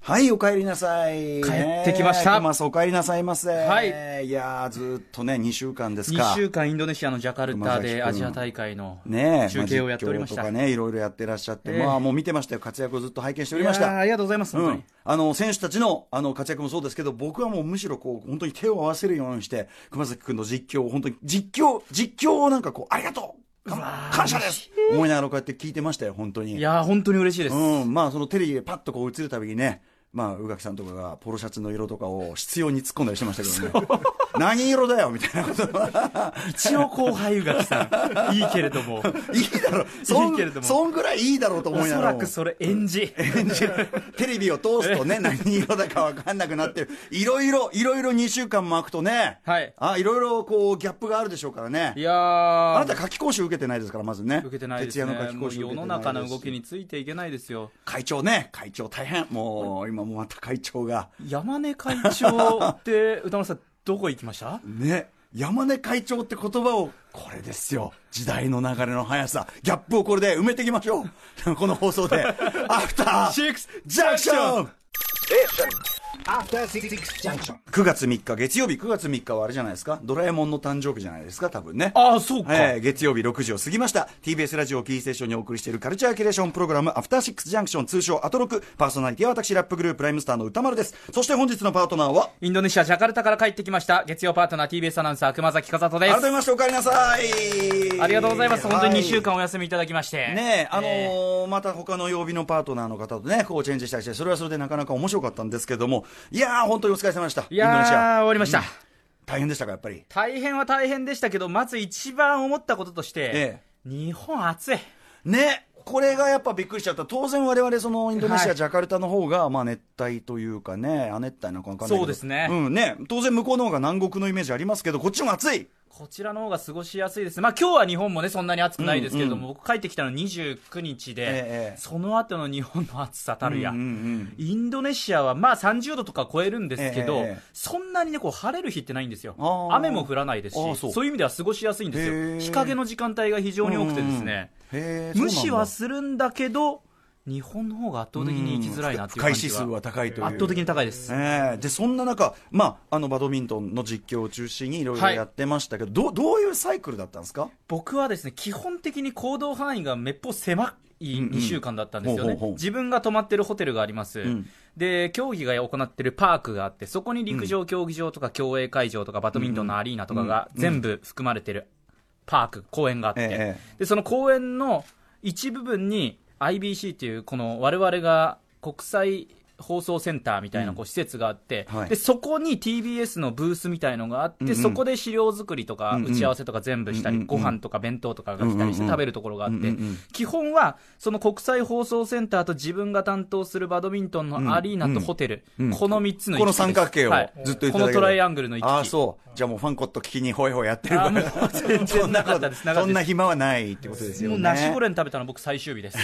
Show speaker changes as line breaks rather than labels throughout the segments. はい、お帰りなさい。
帰ってきました
ねえ熊さんお帰りなさいませ。。
はい
いやー、ずーっとね、2週間ですか。
2週間インドネシアのジャカルタ
熊崎君
でアジア大会の
ねえ、
中継をやっておりました。
あ実況とかね、いろいろやってらっしゃって、
ええ
まあもう見てましたよ、活躍をずっと拝見しており
い
ま
や
し
ー
た。
ありがとうございます、本当
う
に
ん。、あの選手たちのあの活躍もそうですけど、僕はもうむしろこう本当に手を合わせるようにして、熊崎君の実況を、本当に実況、実況をなんかこう、ありがとう、か感謝です思いながらこうやって聞いてましたよ、本当に。
いやー本当に嬉しいです。
うん、まあそのテレビでパッとこう映るたびにね、まあ宇垣さんとかがポロシャツの色とかを必要に突っ込んだりしてましたけどね、何色だよみたいなこと
一応後輩宇垣さん、いいけれど も、
いいだろう、そん
いいけれども
そんぐらいいいだろうと
お
思いな
そ
がら
ら
も。
くそれ演じ。
テレビを通すとね、何色だか分かんなくなってる、いろいろ、いろいろ2週間も空くとね、
はい
あいろいろこうギャップがあるでしょうから
い
ね、
や
あ
ー
なた、夏期講習受けてないですから、まずね、
受けてないですね。
徹夜の夏期
も
講
う
習受けて
世
な
の
い
中の動き
に
についていけないですよ。
会長ね、会長大変、もう今もまた会長が、
山根会長って、歌丸さん、どこ行きました
ね、山根会長って言葉を、これですよ、時代の流れの速さ、ギャップをこれで埋めていきましょう、この放送で、アフター
クス
ジャンクション
After Six Junction.
9月3日、月曜日9月3日はあれじゃないですか、ドラえもんの誕生日じゃないですか、多分ね。
ああ、そうか。
はい、月曜日6時を過ぎました。TBS ラジオをキーステーションにお送りしているカルチャーキュレーションプログラム、アフターシックスジャンクション、通称アトロク。パーソナリティは私、ラップグループ、ライムスターの歌丸です。そして本日のパートナーは、
インドネシア・ジャカルタから帰ってきました。月曜パートナー TBS アナウンサー、熊崎和人です
改。めましてお帰りなさい。
ありがとうございます。本当に2週
は
間お休みいただきまして。
い。ねえ、あの
ええ
ーまた他の曜日のパートナーの方とね、こうチェンジしたりして、それはそれでなかなか面白かったんですけども、いやー、本当にお疲れ様でした。
いや
インドネシ
ー、
ア。
終わりました。
大変でしたか、やっぱり。
大変は大変でしたけど、まず一番思ったこととして、
え
日本暑い。
ね、これがやっぱびっくりしちゃった、当然、我々そのインドネシア、
はい
ジャカルタの方がまあ熱帯というかね、亜熱帯なのか分かんないけど
そうですね
うん、ね、当然、向こうの方が南国のイメージありますけど、こっちも暑い、
こちらの方が過ごしやすいです。まあ今日は日本もね、そんなに暑くないですけれども、僕帰ってきたの29日で、
ええ
その後の日本の暑さたるや。
うんうんうん
インドネシアはまあ30度とか超えるんですけ
え
ど、
えええ
そんなにねこう晴れる日ってないんですよ
あ、ー
雨も降らないです
あー
し
そ
そうう、いう意味では過ごしやすいんです
へ
よ、
え
日陰の時間帯が非常に多くてですね、
うんうんへー
無視は
そう
するんだけど、日本の方が圧倒的に行きづらいなっていう感じ
うん不快指数は高いという
圧倒的に高いです、
なんだええでそんな中、まあ、あのバドミントンの実況を中心にいろいろ
はい
やってましたけど、どうどういうサイクルだったんですか
僕はですね基本的に行動範囲がめっぽう狭い2週間だったんですよ
ほうほ
ね
うほう
自分が泊まってるホテルがあります、
ん
で競技が行ってるパークがあってそこに陸上競技場とか競泳会場とかバドミントンのアリーナとかが
うん
全部含まれてるパーク公園があって、
ええ
でその公園の一部分に IBC っていうこの我々が国際放送センターみたいなこう施設があって、
はい
でそこに TBS のブースみたいのがあって、
うんうん
そこで資料作りとか
うんうん
打ち合わせとか全部したり、
うんうん
ご飯とか弁当とかが来た
うんうん
りし
う
て
ん
食べるところがあって、
うんうんうん
基本はその国際放送センターと自分が担当するバドミントンのアリーナとホテル、
うんうん
この3つ
こ
の行き来
の
です
三角形を
はい
ずっといた
こ
だ
の
け
トライアングルの行き来
ああそうじゃあもうファンコット聞きにホイホイやってる
あーもう全然なかったです
そんなこと
なかったです
そんな暇はないってことですよね
もうナシゴレン食べたの僕最終日です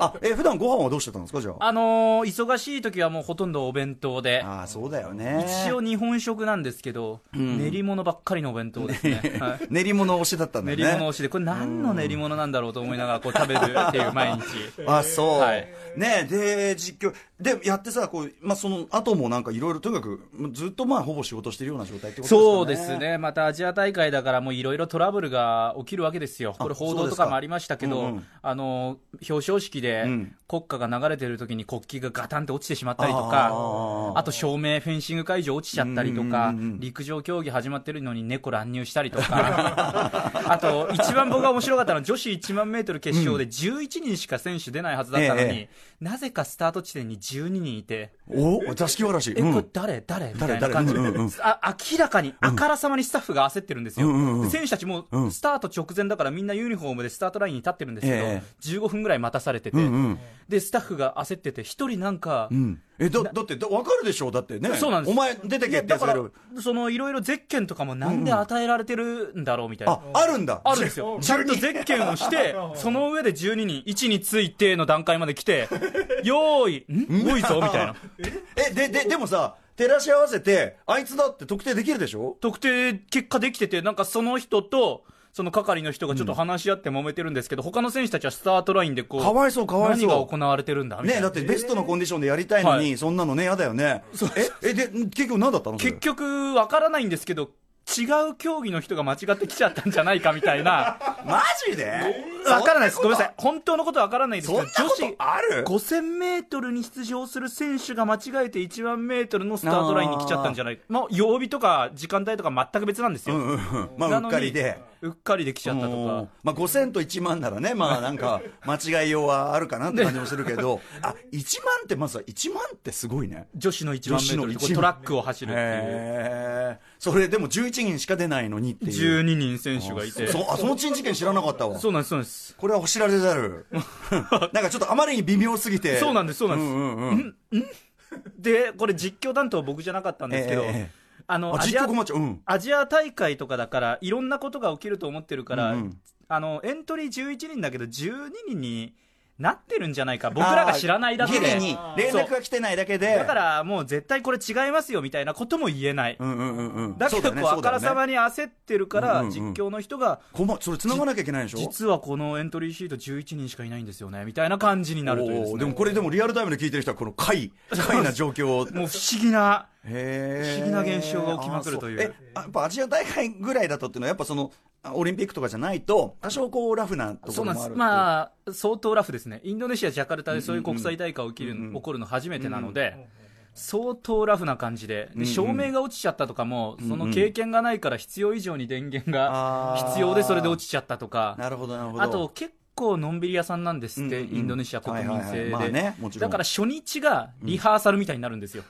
あえ普段ご飯はどうしてたんですかじゃあ
あのー忙しい時はもうほとんどお弁当で、
ああそうだよね
一応日本食なんですけど、練り物ばっかりのお弁当です ね。はい
練り物推しだったんだ
練
よ
り
ね
物推しで、これ何の練り物なんだろうと思いながらこう食べるっていう毎日。
あそう、
はい
ねで実況でやってさこう、まあ、その後もなんかいろいろとにかくずっとまあほぼ仕事してるような状態ってことですかね
そうですね、またアジア大会だから、もういろいろトラブルが起きるわけですよ、これ、報
そう
道
です
と
か
かもありましたけど、
うんうん
あの表彰式で
うん
国歌が流れてる時に国旗がガタンって落ちてしまったりと
あー
か、あと照明、フェンシング会場落ちちゃったり
う
とか
んうんうんうん、
陸上競技始まってるのに猫乱入したりとか、 あと一番僕が面白かったのは、女子1万メートル決勝で11人しか選手出ないはずだったのに、
え
なぜかスタート地点に12人いて。
お座敷わらし
え、
うん
これ誰誰みたいな
誰
感じで、
うんうんうん
あ明らかに、あからさまにスタッフが焦ってるんですよ。
うんうんうん
で選手たちも
うん、
スタート直前だからみんなユニフォームでスタートラインに立ってるんですけど、
え
15分ぐらい待たされてて、
うんうん
で、スタッフが焦ってて、一人なんか、
うんえだだってだ分かるでしょだってね
そうなんです
お前出てけ
い
っ
や
て
だ
そ
か
れ
ら、その、いろいろゼッケンとかもなんで与えられてるんだろうみたいな。
ああるんだ
あるんですよ。ちゃんとゼッケン をして、その上で12人、1についての段階まで来て、よーい、ん多いぞ、みたいな。
えでででもさ照らし合わせてあいつだって特定できるでしょ
特定結果できてて、なんかその人と、その係の人がちょっと話し合って揉めてるんですけど、他の選手たちはスタートラインでこう、
かわいそうかわいそう
何が行われてるんだみた
ね、
いな。
だってベストのコンディションでやりたいの
は
に、そんなのね、嫌だよね。え、え、で、結局何だったのそれ
結局、わからないんですけど、違う競技の人が間違ってきちゃったんじゃないかみたいな。
マジで
わからないです。ごめんなさ
い。
い。本当のことわからないですけ
そ
ど、
んなことある
女子5000メートルに出場する選手が間違えて1万メートルのスタートラインに来ちゃったんじゃないか。まあ、曜日とか時間帯とか全く別なんですよ。
うんうんうんまあ、
な
う
の
っ
に
かりで。。
うっかりできちゃったと
う
か
ん。まあ、5000と1万ならね、 まあなんか、間違いようはあるかなって感じもするけど、あ、1万って、まずは1万ってすごいね。
女子の1万メートル
女子の1万
でトラックを走るっていう。
へえ。それでも11人しか出ないのにっていう。
12人選手がいて。そ
そうあ、その珍事件知らなかったわ。
うなんです、そうなんです。
これは知られざ る。なんかちょっとあまりに微妙すぎて。
そうなんですそうなんです
んうんうん
で、これ実況担当僕じゃなかったんですけど
ええええ、
あの、
あ
アジ
実
ア
況困っちゃう。うん。
アジア大会とかだから、いろんなことが起きると思ってるから、
うんうん
あの、エントリー11人だけど、12人になってるんじゃないか。僕らが知らないだけ
ギ
で
リ。に連絡が来てないだけで。
だからもう絶対これ違いますよみたいなことも言えない。
うんうんうんうん。
だけど、
そうね
こうあからさ
そうだ
ま
ね
に焦ってるから、
うんうん
実
うん
況の人が、
困それ繋がなきゃいけないでしょ
実はこのエントリーシート11人しかいないんですよね、みたいな感じになるというです
おー
ね
でもこれでもリアルタイムで聞いてる人はこの 怪、怪な状況を。
もう不思議な、
へー
不思議な現象が起きまくるという
あそえあやっぱアジア大会ぐらいだとっていうのは、やっぱその、あオリンピックとかじゃないと、多少こうラフなとこ
そう
ろもあ
なん
る
です、
あ、
まあ、相当ラフですね、インドネシア、ジャカルタでそういう国際大会が起きる、起こるの初めてなので、相当ラフな感じでで、照明が落ちちゃったとかも、その経験がないから必要以上に電源が
あー
必要で、それで落ちちゃったとか。
なるほど、なるほど。
あと、結構のんびり屋さんなんですっ
う
て、
んうんうん
インドネシア国民性
はいはいはいまあねも
で。
ちろ
だ
ん
から初日がリハーサルみたいになるんですよ。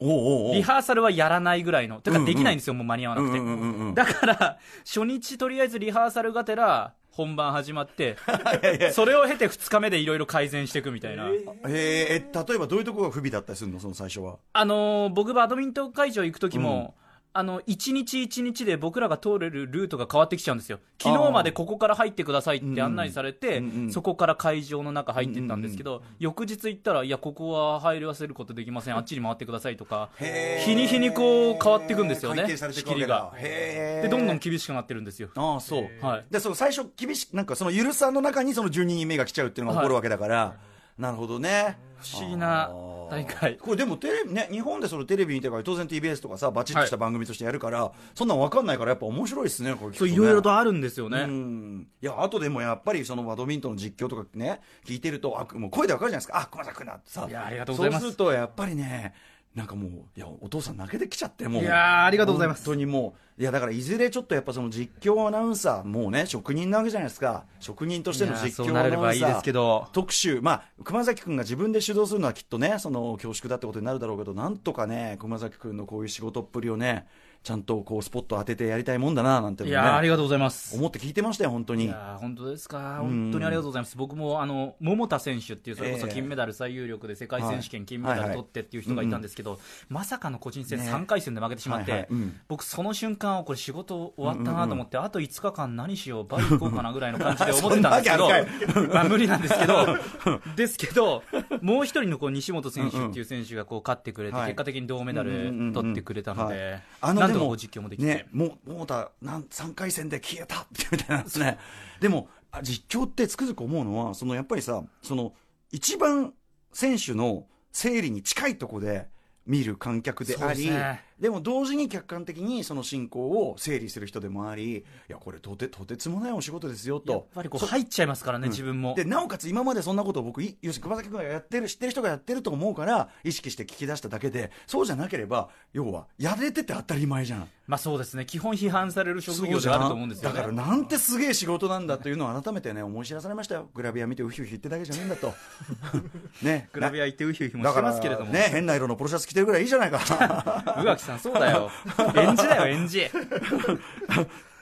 おうおうおう
リハーサルはやらないぐらいの。て
う
か
んうん
できないんですよ、もう間に合わなくて。
うんうんうんうん
だから、初日とりあえずリハーサルがてら、本番始まって、 それを経て2日目でいろいろ改善していくみたいな。
えーえ例えばどういうとこが不備だったりするの、その最初は。
あのー僕バドミントン会場行く時も、あの、一日一日で僕らが通れるルートが変わってきちゃうんですよ。昨日までここから入ってくださいって案内されて、
うんうん
そこから会場の中入ってったんですけど、翌日行ったら、いや、ここは入らせることできません。あっちに回ってくださいとか、
へー
日に日にこう変わっていくんですよ
回
ね、
転されて
仕
いくわ
切
け
り
だ
が。
へー
で、どんどん厳しくなってるんですよ。
ああ、そう。
はい。
で、その最初、厳しく、なんかその緩さの中にその12人目が来ちゃうっていうのが起こるわけだから、なるほどね。
不思議な
あー
大会。
これでもテレビ、ね、日本でそのテレビにてから当然 TBS とかさ、バチッとした番組としてやるから、そんなん分かんないからやっぱ面白いですね、これ聞く
そ
と
う、
ね
いろいろとあるんですよね。
うんいや、あとでもやっぱりそのバドミントンの実況とかね、聞いてると、あ、もう声でわかるじゃないですか。あ、熊崎君だってさ。
いやありがとうございます
そうすると、やっぱりね、なんかもう、いや、お父さん泣けてきちゃって、もう。
いやあありがとうございます
本当にもう、いや、だからいずれちょっとやっぱその実況アナウンサー、もうね、職人なわけじゃないですか。職人としての
いや
実
そ
況
う
アナウ
な
ン
れ
サー。
ればいいですけど。
特集、まあ、熊崎君が自分で主導するのはきっとね、その恐縮だってことになるだろうけど、なんとかね、熊崎君のこういう仕事っぷりをね、ちゃんとこうスポット当ててやりたいもんだななんての
い
ね
やーありがとうございます。
思って聞いてましたよ、本当
い
に。
やー本当ですか、本当にありがとうございます、僕もあの桃田選手っていう、それこそ
ええ
金メダル最有力で世界選手権金メ
は
ダ
い
ル
はい
取ってっていう人がいたんですけど、まさかの個人戦
ね
3回戦で負けてしまって、
はいはいうん
僕、その瞬間、これ、仕事終わったなと思って、あと5日間、何しよう、バリ行こうかなぐらいの感じで思ってたんですけ
そ
ど
んなわけある、
まあ無理なんですけど、 ですけど、もう一人のこう西本選手っていう選手がこう勝ってくれて、
はい
結果的に銅メダル取ってくれたの
はい
で、
あの
なん
で
とか
も
こう実況もできて。
ね、もう、もうだ、なん、3回戦で消えた みたいなんですね。でも、あ実況ってつくづく思うのは、そのやっぱりさ、その、一番選手の整理に近いとこで見る観客で
そ
あ
うです
り、
ね
でも同時に客観的にその進行を整理する人でもあり、いや、これとて、とてつもないお仕事ですよ、と。
やっぱりこう入っちゃいますからね、自分も。
でなおかつ今までそんなことを僕い要するに熊崎君がやってる知ってる人がやってると思うから意識して聞き出しただけでそうじゃなければ要はやれてて当たり前じゃん
まあそうですね、基本批判される職
そう
業
じ
で
ゃ
あると思うんですよ、ね。
だからなんてすげえ仕事なんだというのを改めてね思い知らされましたよグラビア見てウヒウヒ言ってだけじゃねえんだ とね
グラビア行ってウヒウヒも
だ
し
か
て
ら
ますけれども。
ね変な色のポロシャツ着てるぐらいいいじゃないか
宇垣さん、そうだよ。演じだよ、演じ。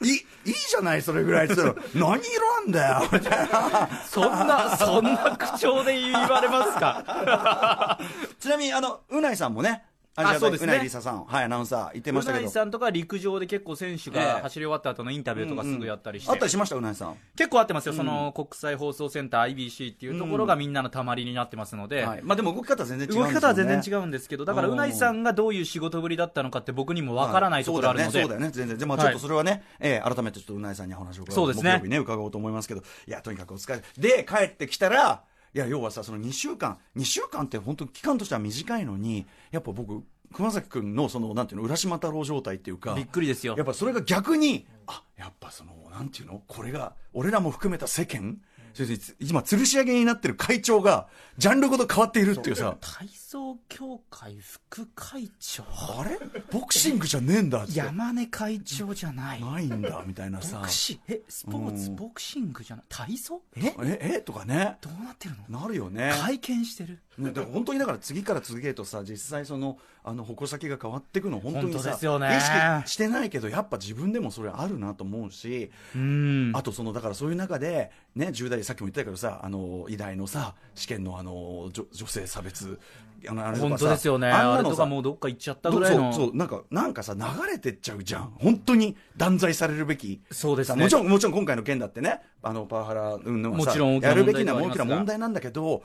いいいじゃないそれぐらいって 言ったら何色なんだよみたいな
そんな、そんな口調で言われますか。
ちなみにあのうないさんもねありが
そ
と
う
う
です
う
ね
ないりささん、はい、アナウンサー、言ってま
う
したけ
ない
ど。
さんとか陸上で結構選手
ええ
が走り終わった後のインタビューとか
うんうん
すぐやったりして、
あったりしました、うないさん。
結構あってますよ、その国際放送センター IBC っていうところがみんなのたまりになってますので、
はい、まあでも動き方は全然違うんですよ、
動
ね、
き方は全然違うんですけど、だから
うん
うないさんがどういう仕事ぶりだったのかって僕にもわからないところあるので、
そうだよね、そうだよね全然。じゃあまあちょっとそれはね、えー改めてちょっとうなえさんにお話を伺
そうですね
木曜日ね、伺おうと思いますけど、いや、とにかくお疲れ。で、帰ってきたら、いや、要はさ、その2週間、2週間って本当期間としては短いのに、やっぱ僕、熊崎君のその、なんていうの、浦島太郎状態っていうか、
びっくりですよ
やっ。ぱそれが逆に、あやっぱその、なんていうの、これが、俺らも含めた世間、それで今、吊るし上げになってる会長が、ジャンルごと変わっているっていうさ、
体操協会副会長、
あれボクシングじゃねえんだって。
山根会長じゃない、ボ
ないんだ、みたいなさ。
クシえスポーツ、ボクシングじゃない、体操え
ええとかね
どうなってるの
なるよね
会見してる。
ねだから本当にだから次から次へとさ実際そのあの矛先が変わっていくの本当にさ
本当ですよね
意識してないけどやっぱ自分でもそれあるなと思うし、
うん
あとそのだからそういう中でね10代さっきも言ったけどさあの医大のさ試験のあの女女性差別あのあれとかさ
本当ですよ
あ
ね。
ん
あ
な
れ
の
と
さ
かもうどっか行っちゃったぐらいの。
そうそうなんかなんかさ流れてっちゃうじゃん本当に断罪されるべき
そうで
さ
すね
もちろんもちろん今回の件だってねあのパワハラうんぬんはさ
もちろん大きな
やるべき
問題
な
ではあ
大
りま
き
す
な
が
問題なんだけど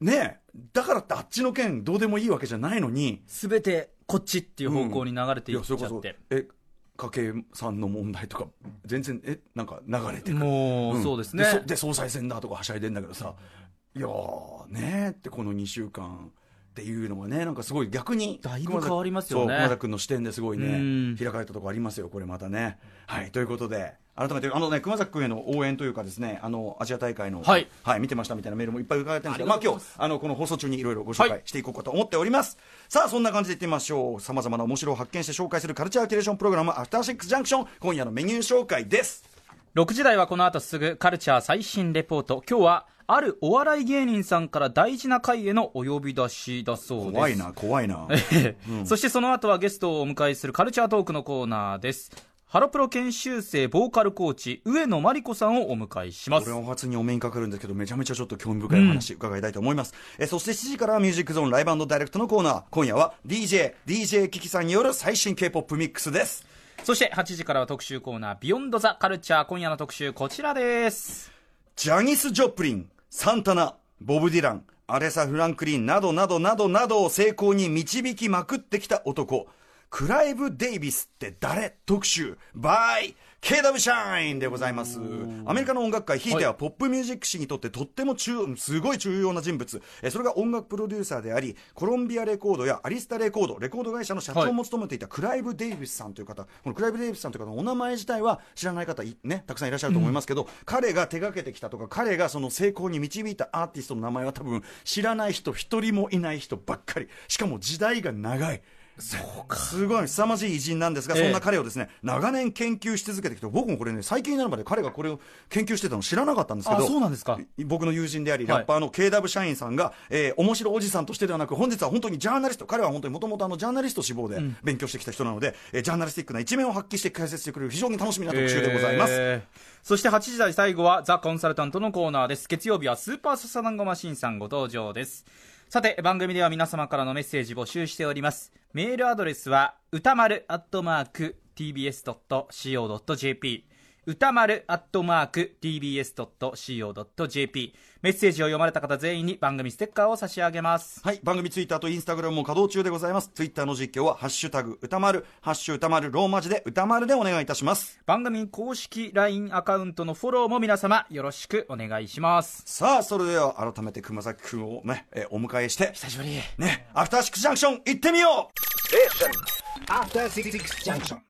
ねえだからってあっちの件どうでもいいわけじゃないのに
すべてこっちっていう方向に流れていっ
や
ち
そ
ゃ
れこ
っ
そ
て。
え家計さんの問題とか全然えなんか流れてくる
も
ん
う、そうですね。
で総裁選だとかはしゃいでんだけどさいやーねえってこの2週間っていうのがねなんかすごい逆に
だいぶ変わりますよね
熊田そう熊田君の視点ですごいね
うん
開かれたとこありますよこれまたねはいということで改めてあのね熊崎君への応援というかですねあのアジア大会の
はい
見てましたみたいなメールもいっぱい伺ってるんですけどま
あ
あ
りが
今
とうご
日
ざいます
あのこの放送中にいろいろご紹
は
介
い
していこうかと思っております、さあそんな感じでいってみましょうさまざまな面白を発見して紹介するカルチャーキュレーションプログラム「アフターシックスジャンクション」今夜のメニュー紹介です
6時台はこの後すぐカルチャー最新レポート。今日は、あるお笑い芸人さんから大事な会へのお呼び出しだそうです。
怖いな怖いな
そしてその後はゲストをお迎えするカルチャートークのコーナーです。ハロプロ研修生ボーカルコーチ、上野真理子さんをお迎えしま
こ
す
れ。を初にお目にかかるんですけど、めちゃめちゃちょっと興味深いお話伺いたいと思います。えそして7時からはミュージックゾーンライブダイレクトのコーナー。今夜は DJ、DJ キキさんによる最新 K-POP ミックスです。
そして8時からは特集コーナー、ビヨンドザカルチャー。今夜の特集、こちらです。
ジャニス・ジョプリン、サンタナ、ボブ・ディラン、アレサ・フランクリンなどなどなどなどを成功に導きまくってきた男、クライブ・デイビスって誰特集 by KW シャインでございます。アメリカの音楽界、ひいてはポップミュージック史にとってとっても中、すごい重要な人物。えそれが音楽プロデューサーであり、コロンビアレコードやアリスタレコード、レコード会社の社長も務めていたクライブ・デイビスさんという方、このクライブ・デイビスさんという方のお名前自体は知らない方い、ね、たくさんいらっしゃると思いますけど、彼が手がけてきたとか、彼がその成功に導いたアーティストの名前は多分知らない人一人もいない人ばっかり。しかも時代が長い。すごい凄まじい偉人なんですが、
ええ
そんな彼をですね長年研究し続けてきて、僕もこれね、最近になるまで彼がこれを研究してたの知らなかったんですけど、
あそうなんですか
僕の友人であり、
はい
ラッパーの KW 社員さんが、えー、面白おじさんとしてではなく、本日は本当にジャーナリスト、彼は本当にもともとジャーナリスト志望で勉強してきた人なので、えージャーナリスティックな一面を発揮して解説してくれる、非常に楽しみな特集でございます。
えーそして8時台最後はザ・コンサルタントのコーナーです月曜日はスーパーササダンゴマシンさんご登場ですさて番組では皆様からのメッセージ募集しておりますメールアドレスは歌丸アットマーク tbs.co.jp 歌丸アットマーク tbs.co.jp メッセージを読まれた方全員に番組ステッカーを差し上げます
はい、番組ツイッターとインスタグラムも稼働中でございます。ツイッターの実況は、ハッシュタグ、歌丸、ハッシュ歌丸、ローマ字で歌丸でお願いいたします。
番組公式 LINE アカウントのフォローも皆様よろしくお願いします
さあ、それでは改めて熊崎くんをね、えーお迎えして、
久しぶり
ね、アフターシックスジャンクション行ってみよう
After Six Junction.